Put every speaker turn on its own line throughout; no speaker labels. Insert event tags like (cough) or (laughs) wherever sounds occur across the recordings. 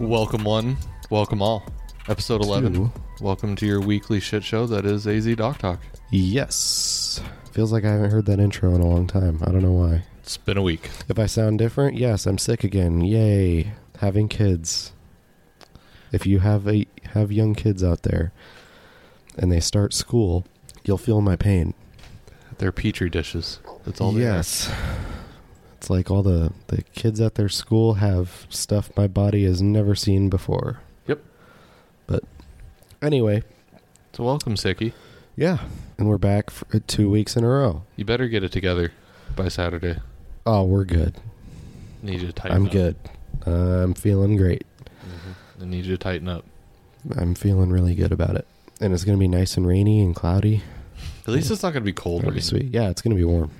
Welcome one, welcome all. Episode 11.
Two.
Welcome to your weekly shit show that is AZ Doc Talk.
Yes. Feels like I haven't heard that intro in a long time. I don't know why.
It's been a week.
If I sound different, yes, I'm sick again. Yay. Having kids. If you have a have young kids out there and they start school, you'll feel my pain.
They're petri dishes. That's all they are.
yes. It's like all the the kids at their school have stuff my body has never seen before.
Yep.
But anyway,
So welcome, Sicky.
yeah, and we're back for 2 weeks in a row.
You better get it together by Saturday.
Oh, we're good.
Need you to tighten
I'm
up.
good. I'm feeling great.
I need you to tighten up.
I'm feeling really good about it. And it's going to be nice and rainy and cloudy.
At least it's not going to be cold.
That'll
Rain.
be
It's
sweet. Yeah, it's going to be warm.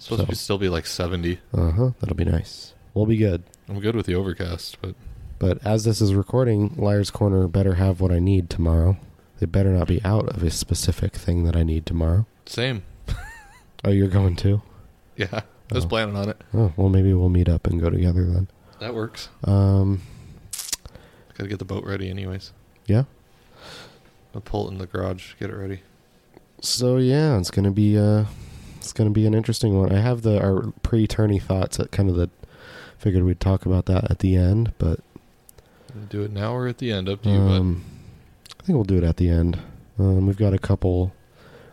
supposed to
So-
be, still be like 70.
Uh huh. That'll be nice. We'll be good.
I'm good with the overcast, but
But as this is recording, Liar's Corner better have what I need tomorrow. They better not be out of a specific thing that I need tomorrow.
same. (laughs)
Oh, you're going too?
Yeah, I was
Oh.
planning on it.
Oh, well, maybe we'll meet up and go together then.
That works.
Um,
Got to get the boat ready, anyways.
yeah.
I'll pull it in the garage, get it ready.
So yeah, it's gonna be uh, it's gonna be an interesting one. I have the our pre-tourney thoughts at kind of the. Figured we'd talk about that at the end, but
Do it now or at the end, up to you, bud.
um, I think we'll do it at the end. Um, we've got a couple,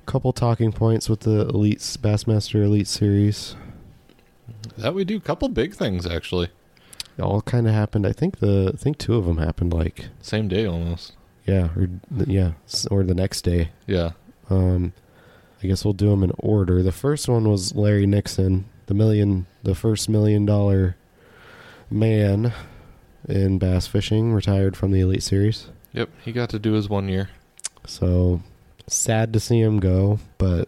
couple talking points with the elite Bassmaster Elite Series.
That we do. Couple big things actually.
It all kind of happened. I think the I think two of them happened like
Same day almost.
yeah or th- yeah s- or the next day.
Yeah.
Um, I guess we'll do them in order. The first one was Larry Nixon, the million, the first million dollar man in bass fishing, retired from the Elite Series.
Yep. He got to do his one year.
So sad to see him go, but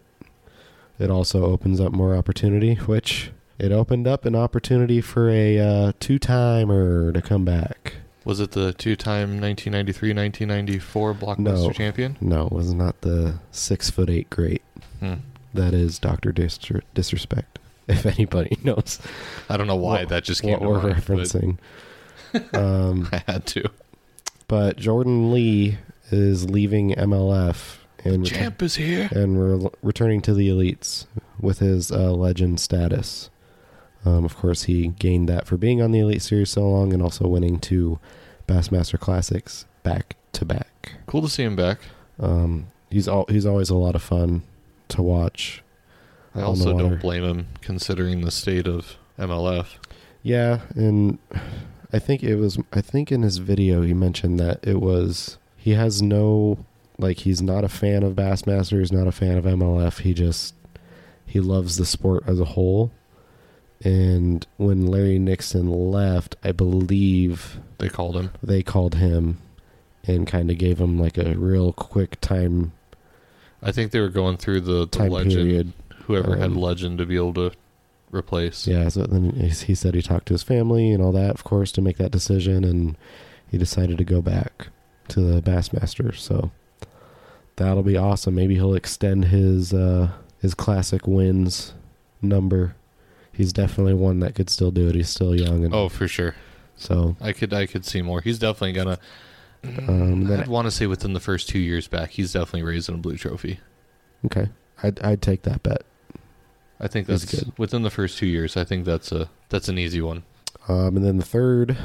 it also opens up more opportunity, which it opened up an opportunity for a uh, two timer to come back.
Was it the two-time 1993-1994 blockbuster
No.
champion?
No, it was not the six foot eight great.
Hmm.
That is Dr. Disre- Disrespect, (laughs) if anybody knows
I don't know why
What-
that just came
what
to
we're
mind, but (laughs)
referencing. um,
I had to.
but Jordan Lee is leaving MLF and
Champ is here.
and re- returning to the elites with his uh, legend status. Um, of course, he gained that for being on the Elite Series so long and also winning two Bassmaster Classics back to back.
Cool to see him back.
Um, He's all he's always a lot of fun to watch.
I
on the
also
water.
don't blame him considering the state of MLF.
Yeah, and I think it was I think in his video he mentioned that it was he has no like he's not a fan of Bassmaster, he's not a fan of MLF. He just he loves the sport as a whole. And when Larry Nixon left, I believe
They called him.
they called him and kind of gave him like a real quick time
I think they were going through the, the
time
legend.
period.
Whoever had
Um,
legend to be able to replace.
Yeah, so then he he said he talked to his family and all that, of course, to make that decision, and he decided to go back to the Bassmaster. So that'll be awesome. Maybe he'll extend his uh, his classic wins number. He's definitely one that could still do it. He's still young, and
Oh, for sure.
so
I could I could see more. He's definitely gonna.
um, then-
I'd want to say within the first two years back, he's definitely raising a blue trophy.
okay, I'd, I'd take that bet.
I think
He's
that's
good.
within the first two years. I think that's a that's an easy one.
Um, and then the third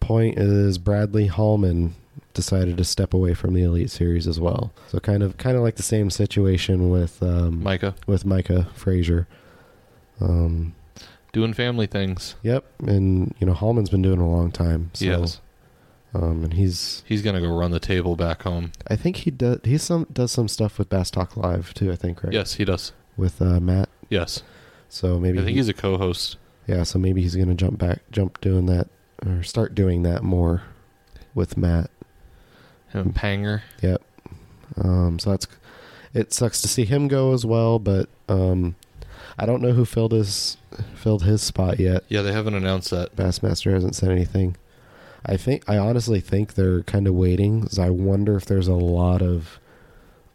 point is Bradley Hallman decided to step away from the Elite Series as well. So kind of kind of like the same situation with um,
Micah
with Micah Frazier. Um,
doing family things.
yep, and you know Hallman's been doing it a long time. So,
yes,
um, and he's
he's gonna go run the table back home.
I think he does he some does some stuff with Bass Talk Live too. I think right.
Yes, he does.
With uh, Matt,
Yes,
so maybe
I think
he-
he's a co-host.
yeah. So maybe he's gonna jump back, jump doing that, or start doing that more with Matt.
Him and Panger.
Um, so that's it sucks to see him go as well, but um, I don't know who filled his filled his spot yet.
Yeah, they haven't announced that.
Bassmaster hasn't said anything. I think I honestly think they're kind of waiting. 'cause I wonder if there's a lot of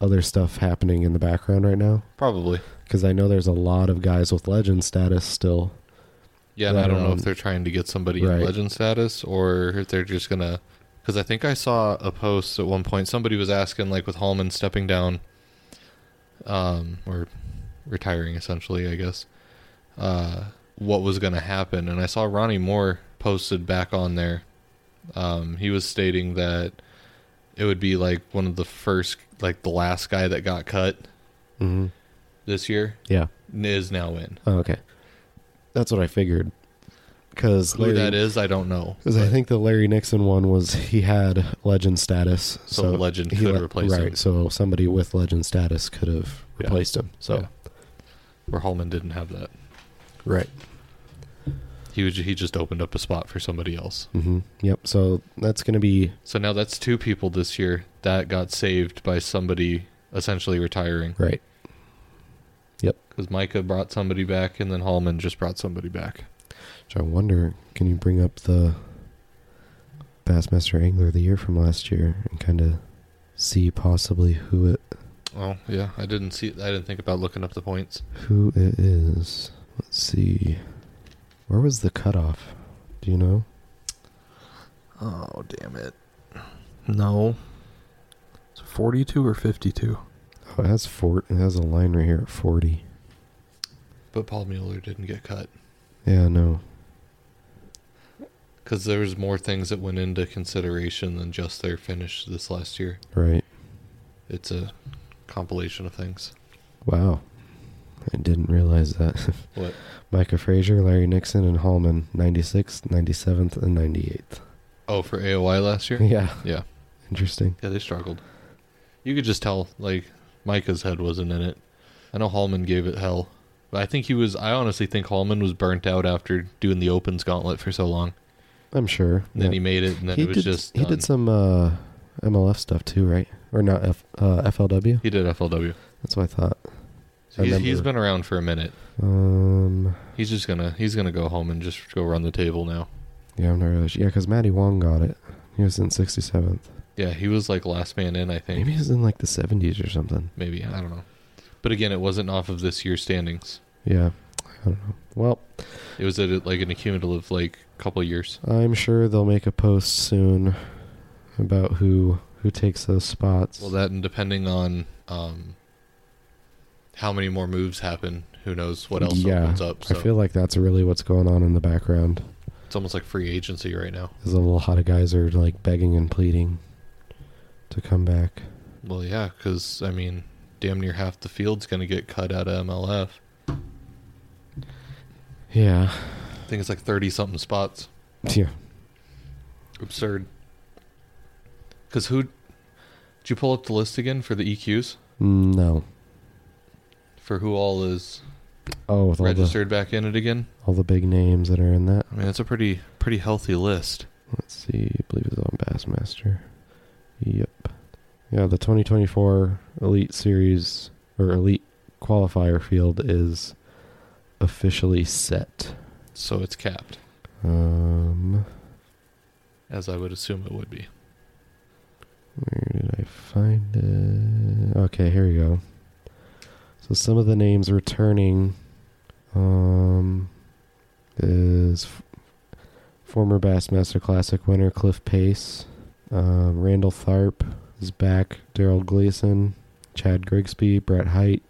other stuff happening in the background right now
Probably.
because I know there's a lot of guys with legend status still
Yeah, and I
Right
don't know
on.
if they're trying to get somebody
Right.
in legend status or if they're just gonna. Because I think I saw a post at one point. Somebody was asking, like, with Hallman stepping down, um, or retiring essentially, I guess, uh, what was gonna happen. And I saw Ronnie Moore posted back on there. Um, he was stating that it would be like one of the first, like the last guy that got cut
Mm-hmm.
this year
Yeah.
is now in.
Oh, okay. That's what I figured. Because
Who that is, I don't know.
Because I
but-
think the Larry Nixon one was he had legend status,
So legend could replace
right,
him.
So somebody with legend status could have
Yeah.
replaced him. So
Yeah. where Hallman didn't have that.
right,
He was, he just opened up a spot for somebody else.
hmm yep. So that's going to be
So now that's two people this year that got saved by somebody essentially retiring
right.
because Micah brought somebody back and then Hallman just brought somebody back.
Which I wonder, can you bring up the Bassmaster Angler of the Year from last year and kind of see possibly who it
Oh yeah, I didn't see. I didn't think about looking up the points.
who it is? Let's see. Where was the cutoff? Do you know?
Oh damn it! No, forty-two or fifty-two.
Oh, it has fort. It has a line right here at forty.
But Paul Mueller didn't get cut
Yeah, no.
because there was more things that went into consideration than just their finish this last year.
Right.
It's a compilation of things.
Wow. I didn't realize that. (laughs)
What?
Micah Frazier, Larry Nixon, and Hallman, 96th, 97th, and 98th.
Oh, for AOI last year.
(laughs) Yeah.
Yeah.
Interesting.
Yeah, they struggled. You could just tell, like, Micah's head wasn't in it. I know Hallman gave it hell. But I think he was, I honestly think Hallman was burnt out after doing the Opens gauntlet for so long.
I'm sure.
And then
Yeah.
he made it, and then
He
it was
did,
just.
He
done.
did some uh, MLF stuff too, right? Or not F, uh, FLW?
He did FLW.
That's what I thought.
So
I
he's, he's
remember.
been around for a minute.
Um,
He's just gonna he's gonna go home and just go run the table now.
yeah, I'm not really sure. Yeah, because Matty Wong got it. He was in 67th.
Yeah, he was like last man in, I think.
Maybe he was in like the 70s or something.
Maybe, I don't know. But again, it wasn't off of this year's standings.
Yeah. I don't know. Well,
It was at like an accumulative like couple of years.
I'm sure they'll make a post soon about who who takes those spots.
Well, that and depending on um, how many more moves happen, who knows what else
Yeah,
opens up. So
I feel like that's really what's going on in the background.
it's almost like free agency right now.
Is a lot of guys are like begging and pleading to come back.
Well, yeah, because I mean, damn near half the field's going to get cut out of MLF.
Yeah, (laughs)
I think it's like thirty something spots.
yeah.
Absurd. Because who? Did you pull up the list again for the EQs
No.
for who all is
Oh, with all the
registered back in it again?
all the big names that are in that.
I mean, that's a pretty pretty healthy list.
Let's see. I believe it's on Bassmaster. Yep. Yeah, the 2024 Elite Series or Elite Qualifier field is officially set.
So it's capped,
Um,
as I would assume it would be.
Where did I find it? Okay, here we go. So some of the names returning um, is f- former Bassmaster Classic winner Cliff Pace, um, Randall Tharp is back, Daryl Gleason, Chad Grigsby, Brett Height,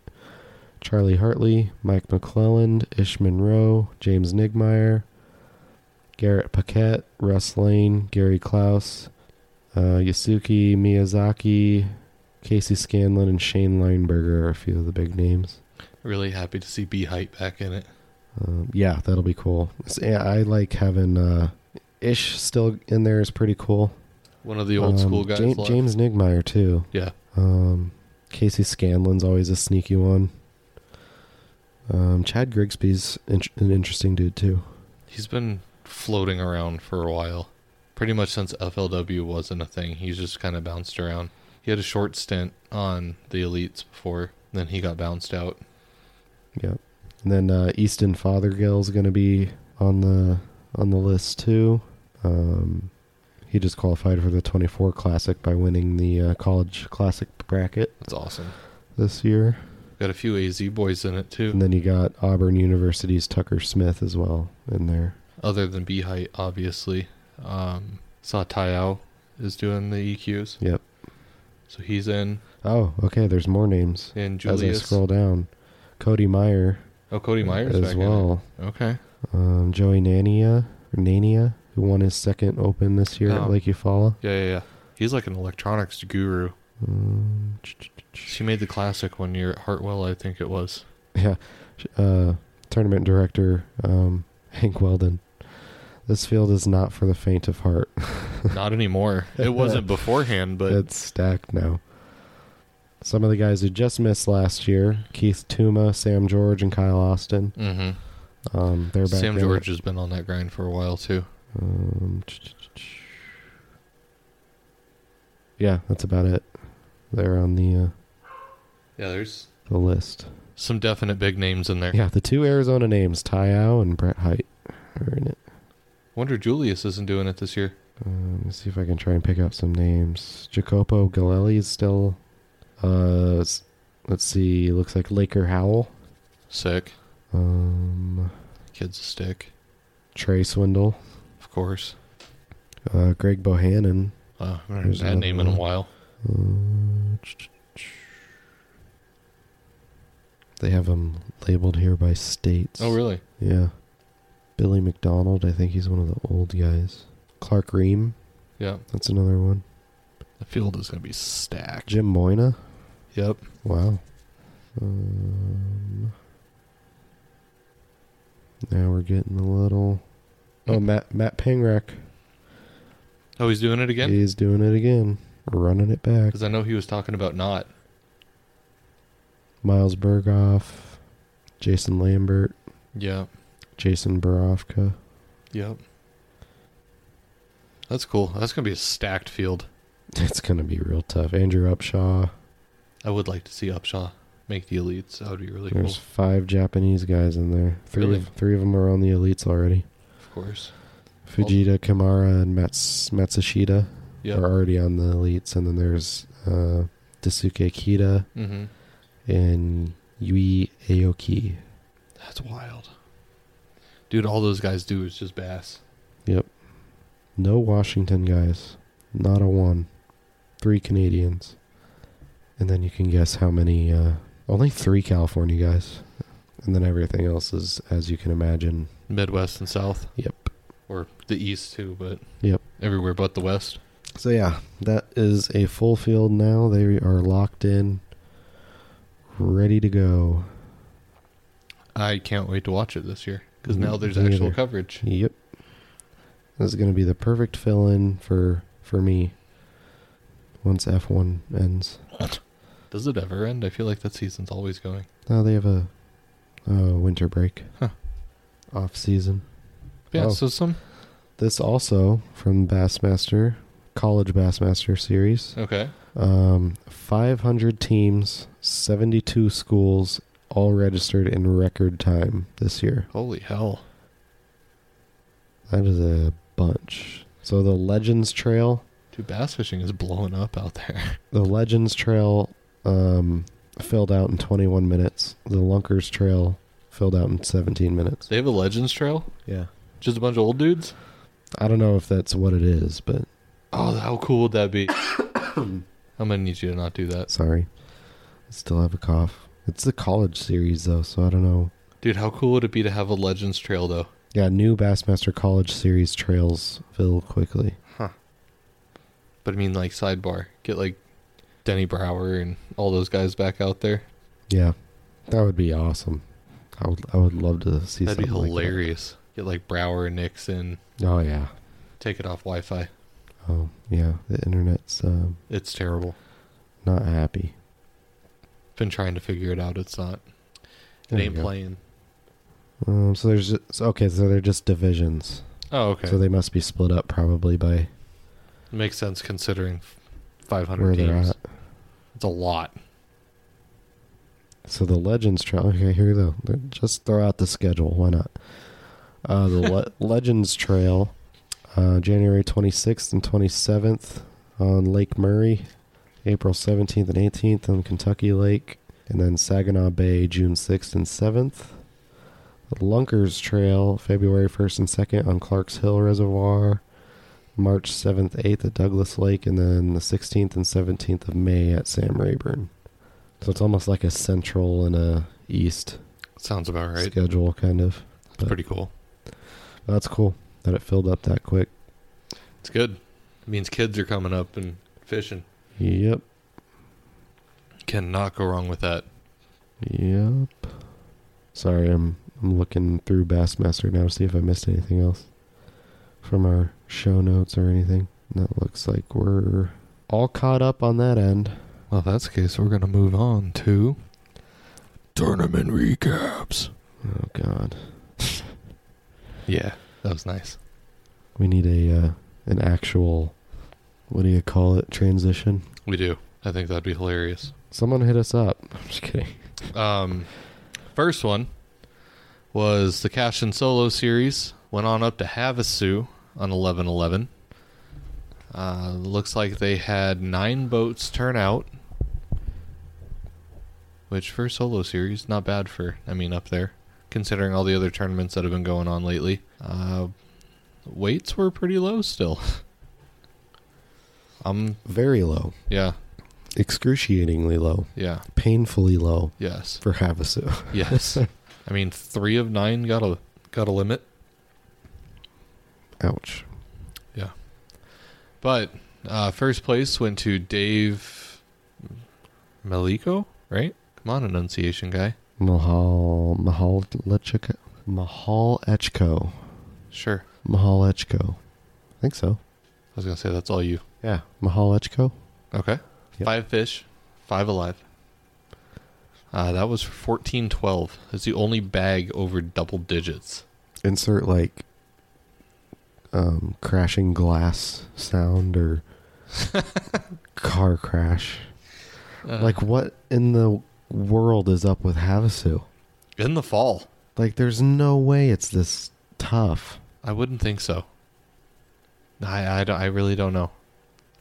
Charlie Hartley, Mike McClelland, Ish Monroe, James Nigmeyer, Garrett Paquette, Russ Lane, Gary Klaus, uh, Yasuki Miyazaki, Casey Scanlon, and Shane Lineberger are a few of the big names.
Really happy to see B Height back in it.
Um, yeah, that'll be cool. It's- yeah, I like having uh, Ish still in there is pretty cool.
One of the old school
Um,
guys.
Ja-
left.
James Nigmeyer too.
Yeah.
Um, Casey Scanlon's always a sneaky one. Um, Chad Grigsby's in- an interesting dude too.
He's been floating around for a while. Pretty much since FLW wasn't a thing, he's just kind of bounced around. He had a short stint on the elites before, then he got bounced out.
Yep. And then uh, Easton Fothergill's going to be on the on the list too. Um, he just qualified for the 24 Classic by winning the uh, College Classic bracket
That's awesome.
this year.
Got a few AZ boys in it too,
And then you got Auburn University's Tucker Smith as well in there.
other than B height, obviously. Um, saw Tyao is doing the EQs,
Yep.
so he's in.
Oh, okay. There's more names
And
as I
Julius,
scroll down. Cody Meyer
oh Cody Myers
as
back in it.
well.
Okay,
Um, Joey Nania, or Nania, who won his second Open this year
Oh.
at Lake Eufaula.
yeah, yeah, yeah. He's like an electronics guru.
Um, ch- ch- ch-
She made the classic one year at Hartwell, I think it was.
ch- uh, tournament director um, Hank Weldon. This field is not for the faint of heart. (laughs)
Not (laughs) anymore. It wasn't beforehand, but
it's stacked now. Some of the guys who just missed last year: Keith Tuma, Sam George, and Kyle Austin.
Mhm.
Um, they're back.
Sam
in it.
George has been on that grind for a while too.
Um, ch- ch- ch- ch. yeah, that's about it. They're on the
Yeah, there's
uh, the list.
some definite big names in there.
Yeah, the two Arizona names, Tyao and Brett Height, are in it.
Wonder Julius isn't doing it this year.
Um, let's see if I can try and pick out some names. Jacopo Galelli is still. Uh, s- let's see. Looks like Laker Howell.
Sick.
Um,
Kid's a stick,
Trey Swindle.
of course.
Uh, Greg Bohannon.
Uh, I haven't heard
There's
that
another
name in a
one.
while.
Uh, ch- ch- ch. they have them labeled here by states.
Oh, really?
Yeah. Billy McDonald. I think he's one of the old guys. Clark Ream.
Yeah.
That's another one.
The field is going to be stacked.
Jim Moyna.
Yep.
Wow. Um, now we're getting a little. Oh, Matt Matt Pingrack
Oh, he's doing it again?
is doing it again, running it back.
Because I know he was talking about not.
Miles Berghoff, Jason Lambert,
Yeah.
Jason Barofka.
Yep. That's cool. That's going to be a stacked field.
(laughs) It's gonna be real tough. Andrew Upshaw.
I would like to see Upshaw make the elites. That would be really
There's
cool.
five Japanese guys in there. Three
Really? Oh.
of, three of them are on the elites already.
Of course.
Fujita, Kamara, and Mats Matsushita
Yep.
are already on the elites, and then there's uh, Dasuke Kida.
Mm-hmm.
and Yui Aoki.
That's wild. Dude, all those guys do is just bass.
No Washington guys. Not a one. Three Canadians. And then you can guess how many uh only three California guys. And then everything else is as you can imagine.
Midwest and South.
Yep.
Or the East, too, but
Yep.
everywhere but the West.
So yeah, that is a full field now. They are locked in. Ready to go.
I can't wait to watch it this year because
Me-
now there's
Mm, me
actual
either.
coverage.
Yep. This is going to be the perfect fill in for for me once F1 ends.
Does it ever end? I feel like that season's always going.
No, they have a uh, winter break.
Huh.
Off season.
Yeah,
Oh.
so some.
This also from Bassmaster, College Bassmaster Series.
Okay.
Um, 500 teams, 72 schools, all registered in record time this year.
Holy hell.
That is a bunch. So the Legends Trail,
Dude, bass fishing is blowing up out there. (laughs)
the Legends Trail um, filled out in 21 minutes. The Lunkers Trail filled out in 17 minutes.
They have a Legends Trail?
Yeah.
Just a bunch of old dudes?
I don't know if that's what it is, but
Oh, how cool would that
(coughs)
be? (coughs) I'm going to need you to not do that.
Sorry. I still have a cough. It's the college series though, so I don't know.
Dude, how cool would it be to have a Legends Trail, though?
Yeah, new Bassmaster College series trails fill quickly.
But I mean, like, sidebar. Get, like, Denny Brower and all those guys back out there.
Yeah. That would be awesome. I would I would love to see
That'd be
something like that.
hilarious. Get, like, Brower and Nixon.
Oh yeah.
Take it off Wi Fi.
Oh yeah. The internet's um,
It's terrible.
not happy.
Been trying to figure it out. It's not. It
There you
ain't
go.
playing.
Um, so there's just, okay, so they're just divisions.
Oh, okay.
So they must be split up probably by
Makes sense considering f- 500
where they're
teams.
at.
It's a lot.
So the Legends Trail. Okay, here we go. Just throw out the schedule. Why not? Uh, the Le- Legends Trail, uh, January 26th and 27th on Lake Murray, April 17th and 18th on Kentucky Lake, and then Saginaw Bay June 6th and 7th. Lunkers Trail February 1st and 2nd on Clark's Hill Reservoir. March 7th, 8th at Douglas Lake, and then the 16th and 17th of May at Sam Rayburn. So it's almost like a central and a east
Sounds about right.
schedule, kind of.
It's pretty cool.
That's cool that it filled up that quick.
It's good. It means kids are coming up and fishing.
Yep.
Cannot go wrong with that.
Yep. Sorry, I'm I'm looking through Bassmaster now to see if I missed anything else from our show notes or anything. That looks like we're all caught up on that end.
Well, if that's the case, we're going to move on to tournament recaps.
Oh God,
Yeah, that was nice.
we need a uh, an actual what do you call it transition?
We do. I think that'd be hilarious.
Someone hit us up. (laughs) I'm just kidding.
Um, first one was the Cash and Solo series. Went on up to Havasu on eleven eleven. Uh, looks like they had nine boats turn out, which for a solo series, not bad for, I mean, up there, considering all the other tournaments that have been going on lately. Uh, weights were pretty low still. (laughs) um,
Very low,
yeah,
excruciatingly low,
yeah,
painfully low
yes.
for Havasu.
(laughs) Yes. I mean, three of nine got a got a limit,
Ouch.
but uh, first place went to Dave Maliko, right? Come on, enunciation guy.
Mahal Mahal Lechko Mahal Echko.
Sure,
Mahal Echko. I think so.
I was gonna say that's all you.
Yeah. Mahal Echko.
Okay,
Yep.
five fish, five alive. Uh, that was fourteen twelve. That's the only bag over double digits.
Insert like um crashing glass
(laughs)
sound or car crash.
Uh,
Like what in the world is up with Havasu?
in the fall,
Like there's no way it's this tough.
I wouldn't think so. I I, don't- I really don't know.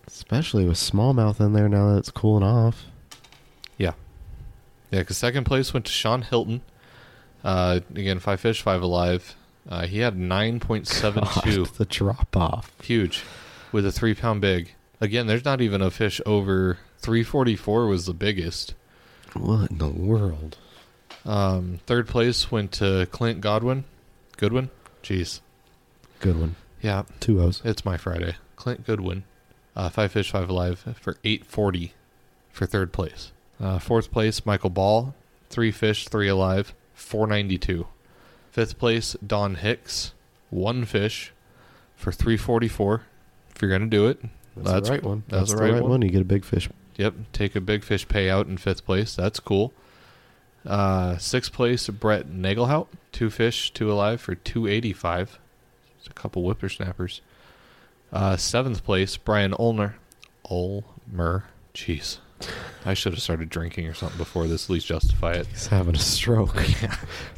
Especially with smallmouth in there now that it's cooling off.
Yeah, because second place went to Sean Hilton. Uh, again, five fish, five alive. Uh, he had nine point
(laughs)
seven two,
God, the drop off.
huge, with a three pound big. Again, there's not even a fish over three forty four was the biggest.
What in the world?
Um, third place went to Clint Godwin. Goodwin, jeez,
Good one.
yeah,
Two O's.
it's my Friday. Clint Goodwin, uh, five fish, five alive for eight forty, for third place. Uh, fourth place, Michael Ball, three fish, three alive, four ninety two. Fifth place, Don Hicks, one fish, for three forty four. If you're gonna do it, That's-
the right one.
that's
That's,
the
the
right
right
one.
one. You get a big fish.
yep, take a big fish payout in fifth place. That's cool. Uh, sixth place, Brett Nagelhout, two fish, two alive for two eighty five. Just a couple whippersnappers. Uh, seventh place, Brian Olner. Olmer, jeez, I should have started drinking or something before this. At least justify it.
He's having a stroke.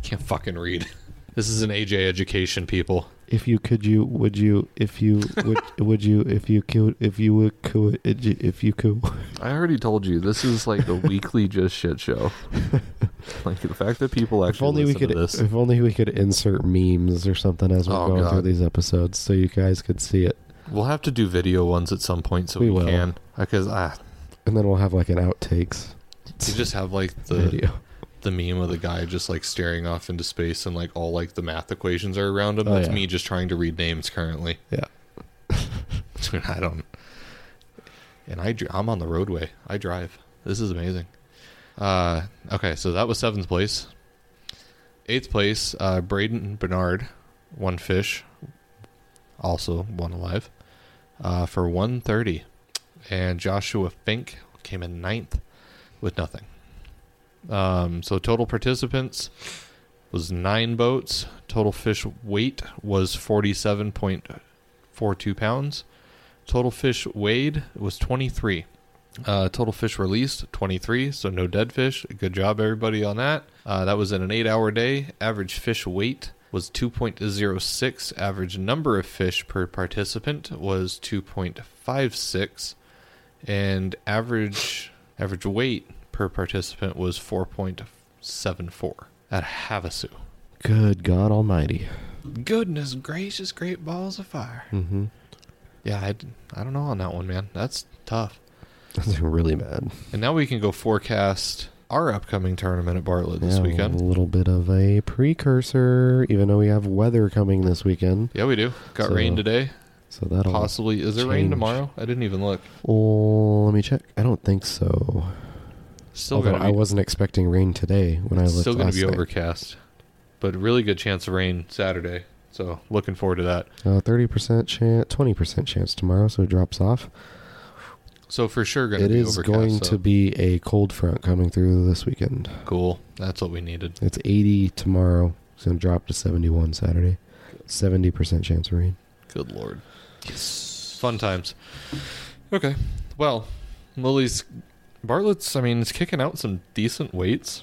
Can't fucking read. This is an AJ education, people.
if you could, you would you? If you (laughs) would, would you? If you could, if you would, could it you- if you could?
I already told you this is like (laughs) the weekly just shit show. (laughs) Like the fact that people
If only we could. If only we could insert memes or something as we're
Oh,
going through
God.
these episodes, so you guys could see it,
We'll have to do video ones at some point so we,
We will.
can. Because ah,
and then we'll have like an outtakes
you just have like (laughs) the
video.
the meme of the guy just like staring off into space and like all like the math equations are around him.
Oh,
That's
yeah.
me just trying to read names currently.
Yeah.
(laughs) Dude, I don't. And I dri- I'm on the roadway. I drive. This is amazing. Uh, okay, so that was seventh place. Eighth place, uh, Braden Bernard, one fish, also one alive, uh, for one thirty, and Joshua Fink came in ninth with nothing. Um, so total participants was nine boats. Total fish weight was forty-seven point four two pounds. Total fish weighed was twenty-three. Uh, total fish released twenty-three. So no dead fish. Good job everybody on that. Uh, that was in an eight-hour day. Average fish weight was two point zero six. Average number of fish per participant was two point five six, and average average weight per participant was 4.74 at Havasu.
Good God Almighty.
Goodness gracious, great balls of fire.
Mm-hmm.
Yeah, I, d- I don't know on that one, man. That's tough.
That's really bad.
And now we can go forecast our upcoming tournament at Bartlett this
Yeah,
weekend.
A little bit of a precursor, even though we have weather coming this weekend.
Yeah, we do. Got
So,
rain today.
So that'll.
Possibly. Is there rain
change.
tomorrow? I didn't even look.
Oh, let me check. I don't think so.
Still
Although
gonna be,
I wasn't expecting rain today when I looked.
still going
last
to be
night.
overcast, but really good chance of rain Saturday. So looking forward to that.
Uh, 30% chance, 20% chance tomorrow, so it drops off.
So for sure going to
It
be
is
overcast.
going
so
to be a cold front coming through this weekend.
cool. That's what we needed.
It's 80 tomorrow. It's going to drop to 71 Saturday. 70% chance of rain.
Good lord. Yes. Fun times. Okay. Well, Lily's Bartlett's. I mean, it's kicking out some decent weights.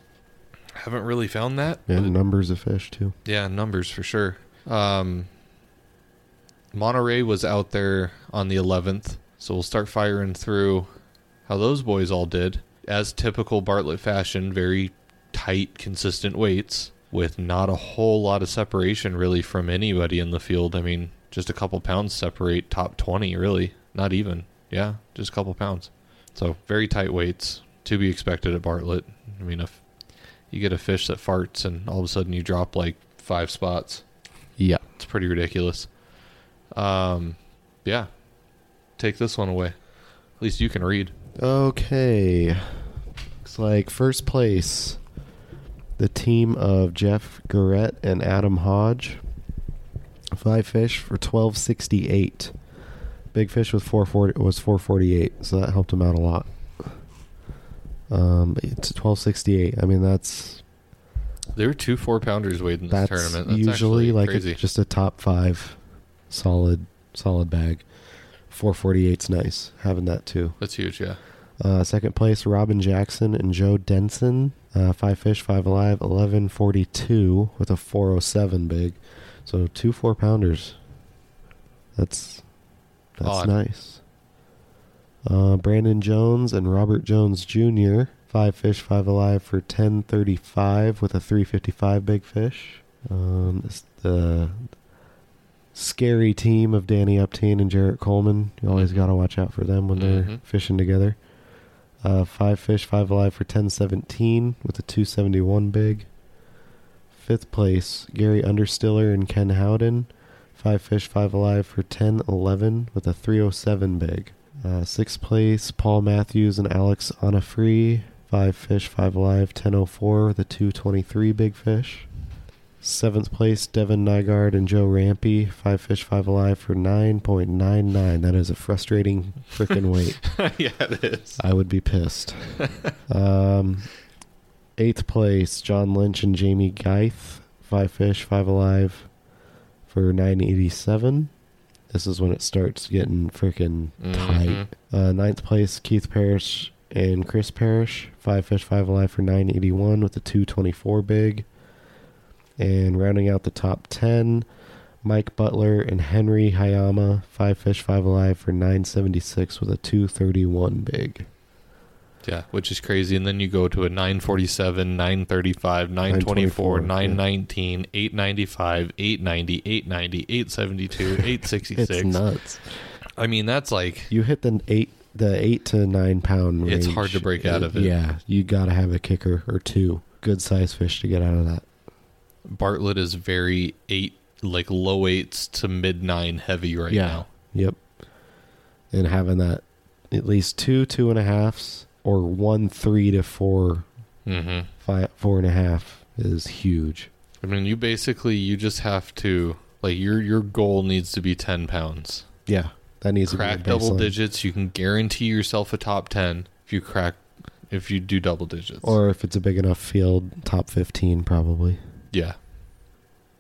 Haven't really found that.
And
but
numbers of fish, too.
Yeah, numbers for sure. Um, Monterey was out there on the 11th, so we'll start firing through how those boys all did. As typical Bartlett fashion, very tight, consistent weights with not a whole lot of separation really from anybody in the field. I mean, just a couple pounds separate top 20, really. Not even. Yeah, just a couple pounds. So very tight weights to be expected at Bartlett. I mean, if you get a fish that farts and all of a sudden you drop like five spots.
Yeah.
It's pretty ridiculous. Um, yeah. Take this one away. At least you can read.
Okay. Looks like first place, the team of Jeff Garrett and Adam Hodge. Five fish for twelve sixty eight. Big fish was four forty was four forty eight, so that helped him out a lot. Um, it's twelve sixty eight. I mean, that's
There were two four pounders weighed in this
that's
tournament. That's
usually
actually
like a-
crazy.
just a top five, solid solid bag. Four forty eight's nice having that too.
That's huge, yeah. (laughs)
Uh, second place, Robin Jackson and Joe Denson. Uh, five fish, five alive, 1142 with a 407 big. So two four pounders. That's that's
Odd.
nice. Uh, Brandon Jones and Robert Jones Jr. Five fish, five alive for 1035 with a 355 big fish. Um, this, the scary team of Danny Upteen and Jarrett Coleman. You always got to watch out for them when they're
Mhm.
fishing together. Uh, five fish, five alive for 1017 with a 271 big. Fifth place, Gary Understiller and Ken Howden. Five fish, five alive for 1011 with a 307 big. Uh, sixth place, Paul Matthews and Alex Onafree. Five fish, five alive, 1004 with a 223 big fish. Seventh place, Devin Nygaard and Joe Rampy. Five fish, five alive for 9.99. That is a frustrating freaking weight.
yeah, it is.
I would be pissed. um, eighth place, John Lynch and Jamie Geith. Five fish, five alive for 987. This is when it starts getting freaking
Mhm.
tight. Uh, ninth place, Keith Parrish and Chris Parrish. Five fish, five alive for 981 with a 224 big. And rounding out the top 10, Mike Butler and Henry Hayama. Five fish, five alive for 976 with a 231 big.
Yeah, which is crazy. And then you go to a 947, 935, 924, 919, 895, 890, 890, 872, 866.
(laughs) It's nuts.
I mean, that's like
You hit the eight, the eight to nine pound range.
It's hard to break out of it.
Yeah, you got to have a kicker or two good sized fish to get out of that.
Bartlett is very eight, like low eights to mid nine heavy right now.
Yep. And having that at least two two and a halfs or one three to four
Mm-hmm.
five four and a half is huge.
I mean, you basically you just have to like your your goal needs to be ten pounds.
Yeah. That needs
crack
to be a
double
baseline.
digits, you can guarantee yourself a top ten if you crack if you do double digits.
Or if it's a big enough field, top fifteen probably.
yeah,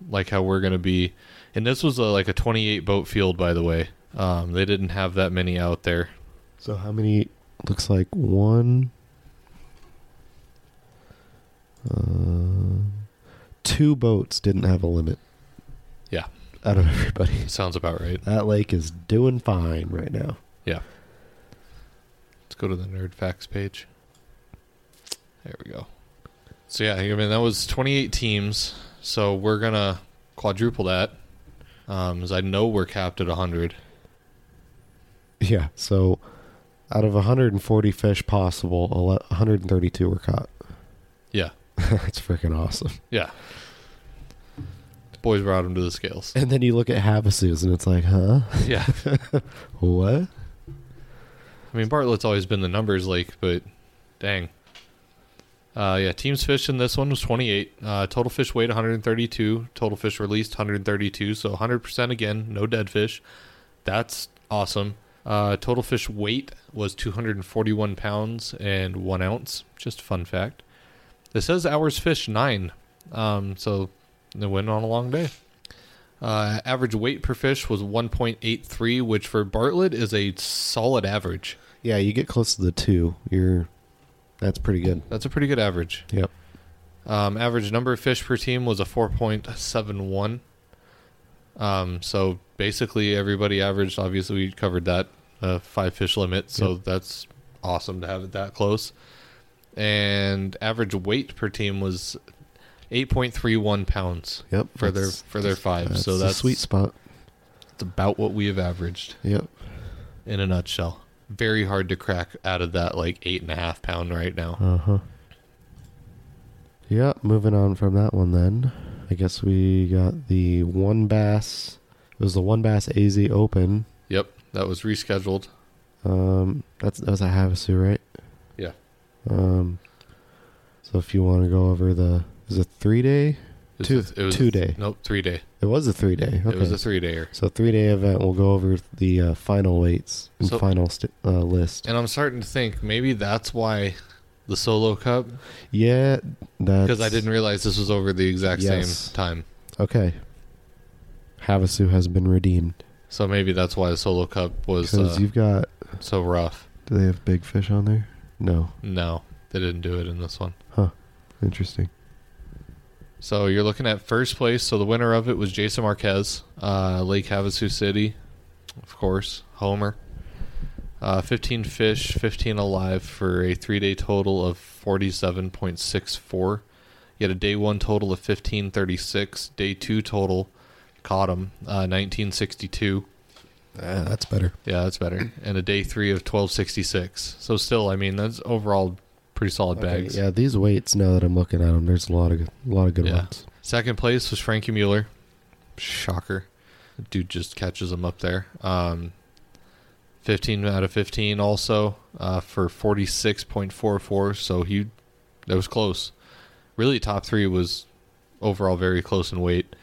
like how we're gonna be. And this was a, like a twenty eight boat field, by the way. Um, they didn't have that many out there.
So how many? Looks like one, uh, two boats didn't have a limit.
Yeah.
out of everybody,
Sounds about right.
that lake is doing fine right now.
Let's go to the nerd facts page. There we go. So yeah, I mean that was 28 teams. So we're gonna quadruple that, um, as I know we're capped at 100.
(laughs) Yeah. So out of 140 fish possible, ele- 132 were caught.
Yeah,
(laughs) That's freaking awesome.
yeah. The boys brought them to the scales.
And then you look at Havasus and it's like, huh?
yeah,
(laughs) What?
I mean Bartlett's always been the numbers lake, but dang. Uh, yeah, teams fished in this one was 28. Uh, total fish weight 132. Total fish released 132. So 100% again, no dead fish. That's awesome. Uh, total fish weight was 241 pounds and one ounce. Just a fun fact. It says hours fish nine. Um, so they went on a long day. Uh, average weight per fish was 1.83, which for Bartlett is a solid average.
Yeah, you get close to the two. You're. That's pretty good.
That's a pretty good average.
Yep.
Um, average number of fish per team was a 4.71. Um, so basically, everybody averaged. Obviously, we covered that uh, five fish limit. So that's awesome to have it that close. And average weight per team was 8.31 pounds
Yep.
for their
that's-
for their five.
that's
so
the
that's
sweet spot.
It's about what we have averaged
Yep.
in a nutshell. Very hard to crack out of that like eight and a half pound right now.
Uh huh. Yeah, moving on from that one then. I guess we got the one bass. It was the one bass AZ Open.
Yep, that was rescheduled.
Um, that's that was at Havasu, right?
Yeah.
Um, so if you want to go over the, is it three day?
It
Two-
was a- it was a-
two day.
Nope, three day.
It was a three day. Okay.
It was a three dayer.
so three day event. We'll go over the uh, final weights and
So-
final st- uh, list.
And I'm starting to think maybe that's why the solo cup
Yeah, that's
because I didn't realize this was over the exact
Yes.
same time.
Okay. Havasu has been redeemed
So maybe that's why the solo cup was
because
uh,
you've got.
so rough.
Do they have big fish on there? No.
No, they didn't do it in this one.
Interesting.
So you're looking at first place. So the winner of it was Jason Marquez, uh, Lake Havasu City, of course, Homer. Uh, 15 fish, 15 alive for a three day total of 47.64. He had a day one total of 1536. Day two total caught him, uh, 1962.
Ah, that's better.
Yeah, that's better. And a day three of 1266. So still, I mean, that's overall pretty solid bags.
Yeah, these weights. Now that I'm looking at them, there's a lot of good, a lot of good
Yeah.
ones.
Second place was Frankie Mueller. Shocker. Dude just catches him up there. Um, 15 out of 15 also uh, for 46.44. So he, that was close. Really, top three was overall very close in weight.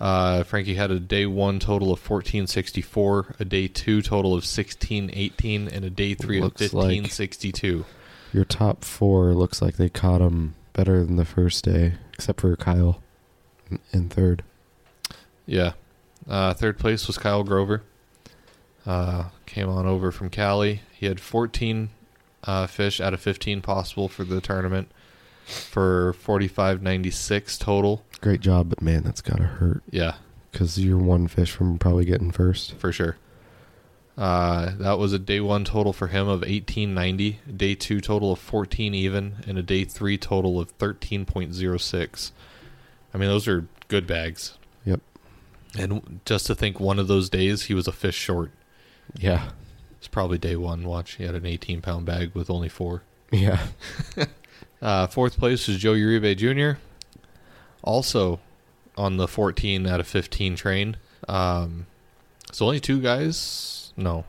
Uh, Frankie had a day one total of 1464, a day two total of 1618, and a day three
Looks
of
like-
1562.
Your top four looks like they caught them better than the first day, except for Kyle in- in third.
Yeah. Uh, third place was Kyle Grover. Uh, came on over from Cali. He had 14 uh, fish out of 15 possible for the tournament for 45.96 total.
Great job, but man, that's gotta hurt
Yeah,
because you're one fish from probably getting first.
for sure. Uh, that was a day one total for him of 1890, a day two total of 14 even, and a day three total of 13.06. I mean, those are good bags.
Yep.
And just to think one of those days he was a fish short.
Yeah.
It's probably day one. Watch, he had an 18 pound bag with only four.
(laughs) Yeah.
Uh, fourth place is Joe Uribe Jr. Also on the 14 out of 15 train. Um, so only two guys. No,